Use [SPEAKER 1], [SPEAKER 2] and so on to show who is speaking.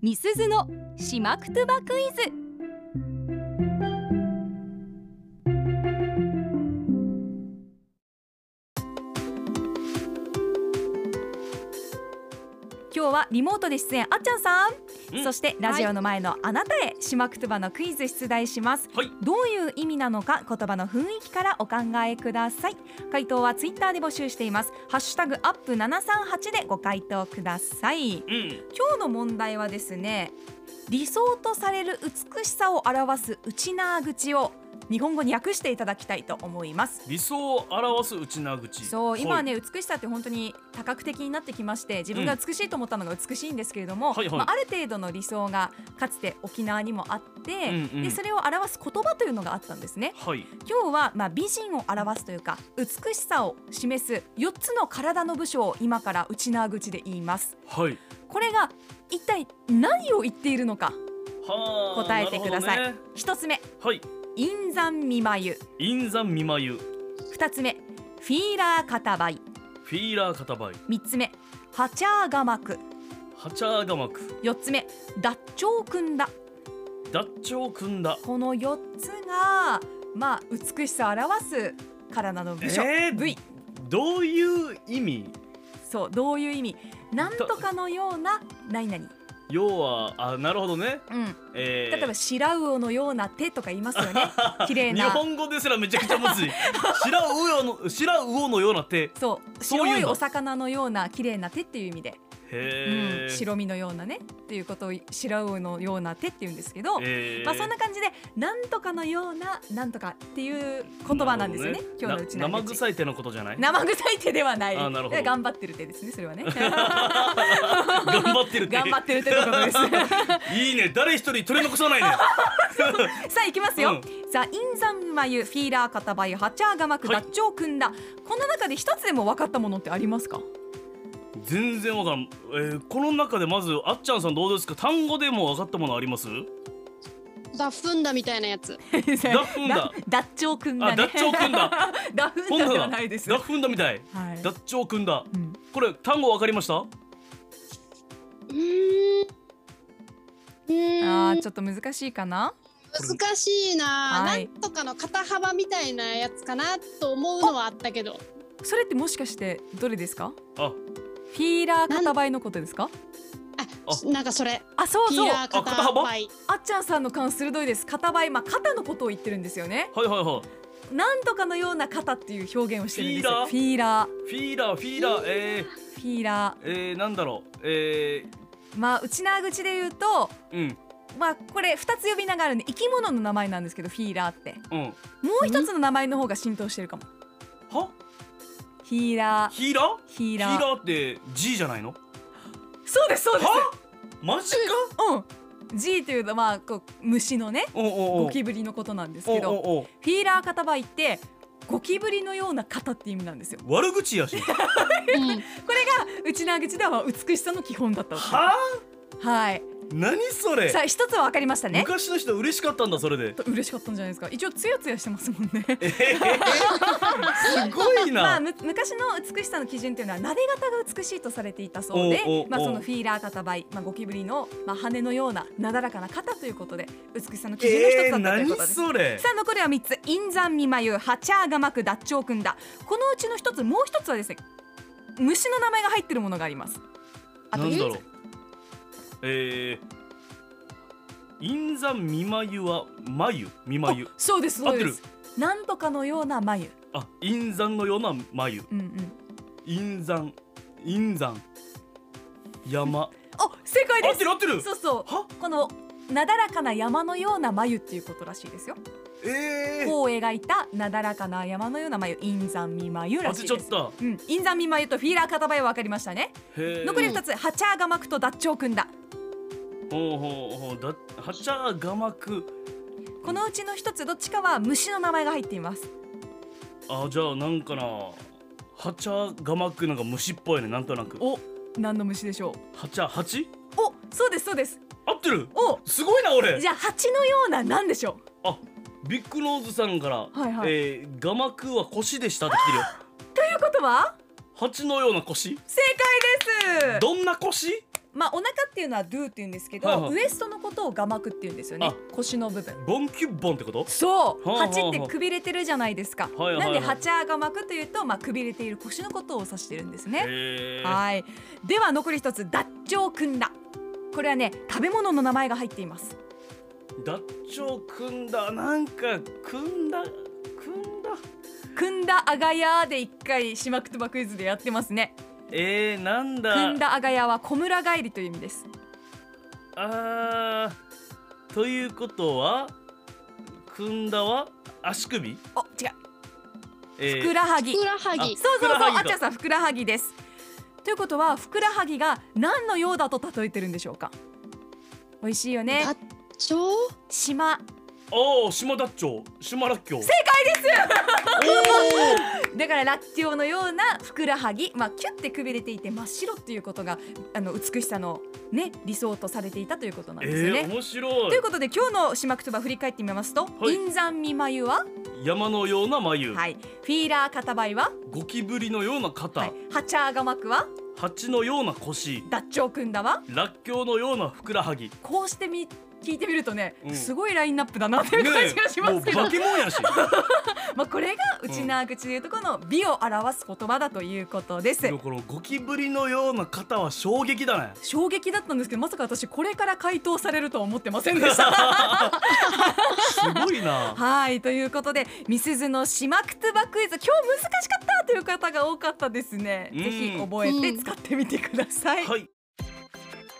[SPEAKER 1] みすずのしまくとばクイズ今日はリモートで出演あっちゃんさん、
[SPEAKER 2] うん
[SPEAKER 1] そしてラジオの前のあなたへしまくとばのクイズ出題します、
[SPEAKER 2] はい
[SPEAKER 1] どういう意味なのか言葉の雰囲気からお考えください回答はツイッターで募集していますハッシュタグアップ738でご回答ください
[SPEAKER 2] うん、
[SPEAKER 1] 今日の問題はですね理想とされる美しさを表すウチナー口を日本語に訳していただきたいと思います
[SPEAKER 2] 理想を表す内な口
[SPEAKER 1] そう
[SPEAKER 2] はい
[SPEAKER 1] 今はね美しさって本当に多角的になってきまして自分が美しいと思ったのが美しいんですけれども、
[SPEAKER 2] はいはい
[SPEAKER 1] まあ、ある程度の理想がかつて沖縄にもあって、
[SPEAKER 2] うんうん
[SPEAKER 1] でそれを表す言葉というのがあったんですね
[SPEAKER 2] はい
[SPEAKER 1] 今日はまあ美人を表すというか美しさを示す4つの体の部署を今から内縄口で言います
[SPEAKER 2] はい
[SPEAKER 1] これが一体何を言っているのか
[SPEAKER 2] はあ
[SPEAKER 1] 答えてください
[SPEAKER 2] なるほどね
[SPEAKER 1] 1つ目
[SPEAKER 2] はい
[SPEAKER 1] 陰山見眉
[SPEAKER 2] 陰山見眉
[SPEAKER 1] 2つ目フィーラー肩ばい
[SPEAKER 2] フィーラー片ばい
[SPEAKER 1] 3つ目ハチャーガマク
[SPEAKER 2] ハチャーガマク
[SPEAKER 1] 4つ目ダッチョウクンダ
[SPEAKER 2] ダッチョウ組んだ
[SPEAKER 1] この4つがまあ美しさを表す体の部署、
[SPEAKER 2] えー
[SPEAKER 1] V
[SPEAKER 2] どういう意味
[SPEAKER 1] そうどういう意味なんとかのような何々
[SPEAKER 2] 要はあなるほどね、
[SPEAKER 1] うん
[SPEAKER 2] えー、
[SPEAKER 1] 例えば白魚のような手とか言いますよ ね綺麗
[SPEAKER 2] 日
[SPEAKER 1] な
[SPEAKER 2] 本語ですらめちゃくちゃ むずい白魚の白魚のような手
[SPEAKER 1] そう
[SPEAKER 2] そういうの
[SPEAKER 1] 白いお魚のような綺麗な手っていう意味で、
[SPEAKER 2] へ
[SPEAKER 1] う
[SPEAKER 2] え、
[SPEAKER 1] ん、白身のようなねっていうことを白魚のような手っていうんですけど、
[SPEAKER 2] えー
[SPEAKER 1] まあそんな感じでなんとかのようななんとかっていう言葉なんですよね
[SPEAKER 2] るほど
[SPEAKER 1] 今日のうちの
[SPEAKER 2] な生臭い手のことじゃない頑
[SPEAKER 1] 生臭い手ではない
[SPEAKER 2] あなるほど
[SPEAKER 1] 頑張ってる手ですねそれは ね
[SPEAKER 2] 張ってる手
[SPEAKER 1] 頑張ってる手のことです
[SPEAKER 2] いいね誰一人取り残さないね
[SPEAKER 1] さあ行きますよ、
[SPEAKER 2] う
[SPEAKER 1] さあ陰山眉フィーラー片眉ハチャーガマク
[SPEAKER 2] は
[SPEAKER 1] ダ
[SPEAKER 2] い
[SPEAKER 1] ッチョウ組んだこの中で一つでも分かったものってありますか
[SPEAKER 2] 全然わからん、えー、この中でまずあっちゃんさんどうですか単語でも分かったものあります
[SPEAKER 3] ダッフンダみたいなや
[SPEAKER 1] ダ
[SPEAKER 3] つ。
[SPEAKER 1] ッ
[SPEAKER 2] フンダ
[SPEAKER 1] ダッチョウ組んだね
[SPEAKER 2] あダッチョウ組んだ
[SPEAKER 1] ダッフン
[SPEAKER 2] 本
[SPEAKER 1] ダ
[SPEAKER 2] だ
[SPEAKER 1] ではないです
[SPEAKER 2] ダッフンだみたい
[SPEAKER 1] はい
[SPEAKER 2] ダッチョウ組んだ
[SPEAKER 1] うん
[SPEAKER 2] これ単語分かりました
[SPEAKER 3] うーん。う
[SPEAKER 1] あ
[SPEAKER 3] ー
[SPEAKER 1] ー
[SPEAKER 3] ん
[SPEAKER 1] ちょっと難しいかな
[SPEAKER 3] 難しいな、
[SPEAKER 1] はい
[SPEAKER 3] なんとかの肩幅みたいなやつかなと思うのはあったけど
[SPEAKER 1] それってもしかしてどれですか
[SPEAKER 2] あ
[SPEAKER 1] フィーラー片眉のことですか
[SPEAKER 3] あなんかそれ
[SPEAKER 1] あそう
[SPEAKER 3] ピ
[SPEAKER 1] そ
[SPEAKER 3] ー
[SPEAKER 1] う
[SPEAKER 3] ラー肩
[SPEAKER 2] あ肩幅
[SPEAKER 3] 幅い
[SPEAKER 1] あっちゃんさんの感鋭いです肩ばいまあ肩のことを言ってるんですよね
[SPEAKER 2] はいはいはい
[SPEAKER 1] なんとかのような肩っていう表現をしてるんですよ
[SPEAKER 2] フ
[SPEAKER 1] フィーラー
[SPEAKER 2] フィーラーフィーラーえ
[SPEAKER 1] フィーラ
[SPEAKER 2] ー、えー、なんだろうえ
[SPEAKER 1] ーまあ内縄口で言うと
[SPEAKER 2] ー、うん
[SPEAKER 1] まあこれ二つ呼び名があるんで生き物の名前なんですけどフィーラーって
[SPEAKER 2] うん
[SPEAKER 1] もう一つの名前の方が浸透してるかも
[SPEAKER 2] は
[SPEAKER 1] ヒーラー
[SPEAKER 2] ヒーラー
[SPEAKER 1] ヒー
[SPEAKER 2] ヒー
[SPEAKER 1] ラー
[SPEAKER 2] ラーって G じゃないの
[SPEAKER 1] そうですそうです
[SPEAKER 2] はマジか
[SPEAKER 1] うん G というのはまあこう虫のね
[SPEAKER 2] おうおうおう
[SPEAKER 1] ゴキブリのことなんですけ
[SPEAKER 2] おう
[SPEAKER 1] ど
[SPEAKER 2] おうおう
[SPEAKER 1] フィーラー肩ばいってゴキブリのような肩って意味なんですよ
[SPEAKER 2] 悪口やし
[SPEAKER 3] うん
[SPEAKER 1] これが内縄口では美しさの基本だったわけ
[SPEAKER 2] は
[SPEAKER 1] はい
[SPEAKER 2] 何それ
[SPEAKER 1] さあ一つは分かりましたね
[SPEAKER 2] 昔の人嬉しかったんだそれで
[SPEAKER 1] 嬉しかったんじゃないですか一応ツヤツヤしてますもん ね
[SPEAKER 2] えーすごい
[SPEAKER 1] まあ、
[SPEAKER 2] な
[SPEAKER 1] む昔の美しさの基準というのは撫で方が美しいとされていたそうで
[SPEAKER 2] おうおうおう
[SPEAKER 1] まあ、そのフィーラー肩ばい、まあ、ゴキブリの、まあ、羽のようななだらかな肩ということで美しさの基準の一つ
[SPEAKER 2] え
[SPEAKER 1] だったと
[SPEAKER 2] ー
[SPEAKER 1] いう
[SPEAKER 2] 何
[SPEAKER 1] ことです。
[SPEAKER 2] それ
[SPEAKER 1] さあ残りは三つ陰山見眉ハチャーガマクダッチョウクンダこのうちの一つもう一つはですね虫の名前が入ってるものがありますあと
[SPEAKER 2] なんだろう
[SPEAKER 1] 陰
[SPEAKER 2] えー、陰山見眉は眉見眉
[SPEAKER 1] あそうですそうですなんとかのような眉
[SPEAKER 2] あ陰山のような眉
[SPEAKER 1] うんうん
[SPEAKER 2] 陰山陰山 山
[SPEAKER 1] あ正解
[SPEAKER 2] 合
[SPEAKER 1] で
[SPEAKER 2] って
[SPEAKER 1] す
[SPEAKER 2] る合ってる
[SPEAKER 1] そうそう
[SPEAKER 2] は
[SPEAKER 1] このなだらかな山のような眉っていうことらしいですよ
[SPEAKER 2] えー
[SPEAKER 1] 弧を描いたなだらかな山のような眉陰山見眉ら
[SPEAKER 2] 当
[SPEAKER 1] してい
[SPEAKER 2] ちゃ
[SPEAKER 1] で
[SPEAKER 2] っ
[SPEAKER 1] す
[SPEAKER 2] た
[SPEAKER 1] うん、陰山見眉とフィーラー片眉は分かりましたね
[SPEAKER 2] へー
[SPEAKER 1] 残り2つハチャーガマクとダッチョウ組んだ
[SPEAKER 2] ほうほうほうだはちゃがまく
[SPEAKER 1] このうちの1つどっちかは虫の名前が入っています
[SPEAKER 2] あじゃあなんかなはちゃがまくなんか虫っぽいねなんとなく
[SPEAKER 1] お何の虫でしょう
[SPEAKER 2] はちゃはち
[SPEAKER 1] おそうですそうです
[SPEAKER 2] 合ってる
[SPEAKER 1] お
[SPEAKER 2] すごいな俺
[SPEAKER 1] じゃあ蜂のような何でしょ
[SPEAKER 2] あビッグノーズさんから、
[SPEAKER 1] はいはい
[SPEAKER 2] えー、が まくは腰でしたって来てるよ
[SPEAKER 1] うということは
[SPEAKER 2] 蜂のような腰
[SPEAKER 1] 正解
[SPEAKER 2] どんな腰
[SPEAKER 1] まあお腹っていうのはドゥって言うんですけど、
[SPEAKER 2] はいはい
[SPEAKER 1] ウエストのことをガ膜って言うんですよね
[SPEAKER 2] あ
[SPEAKER 1] 腰の部分
[SPEAKER 2] ボンキュッボンってこと
[SPEAKER 1] そう、
[SPEAKER 2] はあはあはあ
[SPEAKER 1] ハチってくびれてるじゃないですか、
[SPEAKER 2] はいはいはい
[SPEAKER 1] なんでハチャが巻くというとまあくびれている腰のことを指してるんですね
[SPEAKER 2] へー
[SPEAKER 1] はいでは残り一つダッチョウくんだこれはね食べ物の名前が入っています
[SPEAKER 2] ダッチョウ組んだなんか組んだ組んだ
[SPEAKER 1] くんだあがやで一回しまくとばクイズでやってますね
[SPEAKER 2] えー、なんだ
[SPEAKER 1] くんだあがやは小村帰りという意味です
[SPEAKER 2] あーということは組んだは足首
[SPEAKER 1] お違う
[SPEAKER 2] え
[SPEAKER 1] ふくらはぎ
[SPEAKER 3] ふくらはぎ
[SPEAKER 1] そうそう
[SPEAKER 2] ふくら
[SPEAKER 1] そう、
[SPEAKER 2] は
[SPEAKER 1] あ
[SPEAKER 2] ぎ
[SPEAKER 1] ち
[SPEAKER 2] か
[SPEAKER 1] ゃさん、ふくらはぎです。ということは、ふくらはぎが何のようだと例えてるんでしょうか。美味しいよね
[SPEAKER 3] ダ。ッチョウ
[SPEAKER 1] 島。
[SPEAKER 2] おお島ダッチョウ島らっきょう正解
[SPEAKER 1] だから、ラッキョウのようなふくらはぎ、まあ、キュッてくびれていて、真っ白っていうことが。あの美しさの、ね、理想とされていたということなん
[SPEAKER 2] おお
[SPEAKER 1] ですよ
[SPEAKER 2] えー、
[SPEAKER 1] ね。
[SPEAKER 2] 面白
[SPEAKER 1] という
[SPEAKER 2] い
[SPEAKER 1] ことで、今日の島くとば振り返ってみますと、
[SPEAKER 2] い
[SPEAKER 1] 銀山見眉は、
[SPEAKER 2] 山のような眉、
[SPEAKER 1] はい、フィーラー肩ばいは、
[SPEAKER 2] ゴキブリのような肩、
[SPEAKER 1] はい、ハチャーガマクは、
[SPEAKER 2] 蜂のような腰
[SPEAKER 1] ダッチョウくんだは、
[SPEAKER 2] らっきょうのようなふくら はぎ
[SPEAKER 1] こうしてみ、聞いてみるとね、
[SPEAKER 2] うん
[SPEAKER 1] すごいラインナップだなという感じがしま
[SPEAKER 2] もう
[SPEAKER 1] すけど。
[SPEAKER 2] 化け物やし
[SPEAKER 1] まあ、これが内縄口でいうとこの美を表す言葉だということです
[SPEAKER 2] で。もこのゴキブリのような肩は衝撃だね
[SPEAKER 1] 衝撃だったんですけどまさか私これから回答されるとは思ってませんでした。
[SPEAKER 2] すごいな
[SPEAKER 1] はいということでみすずのしまくつばクイズ今日難しかったという方が多かったですね。
[SPEAKER 2] うん
[SPEAKER 1] ぜひ覚えて使ってみてください。
[SPEAKER 2] はい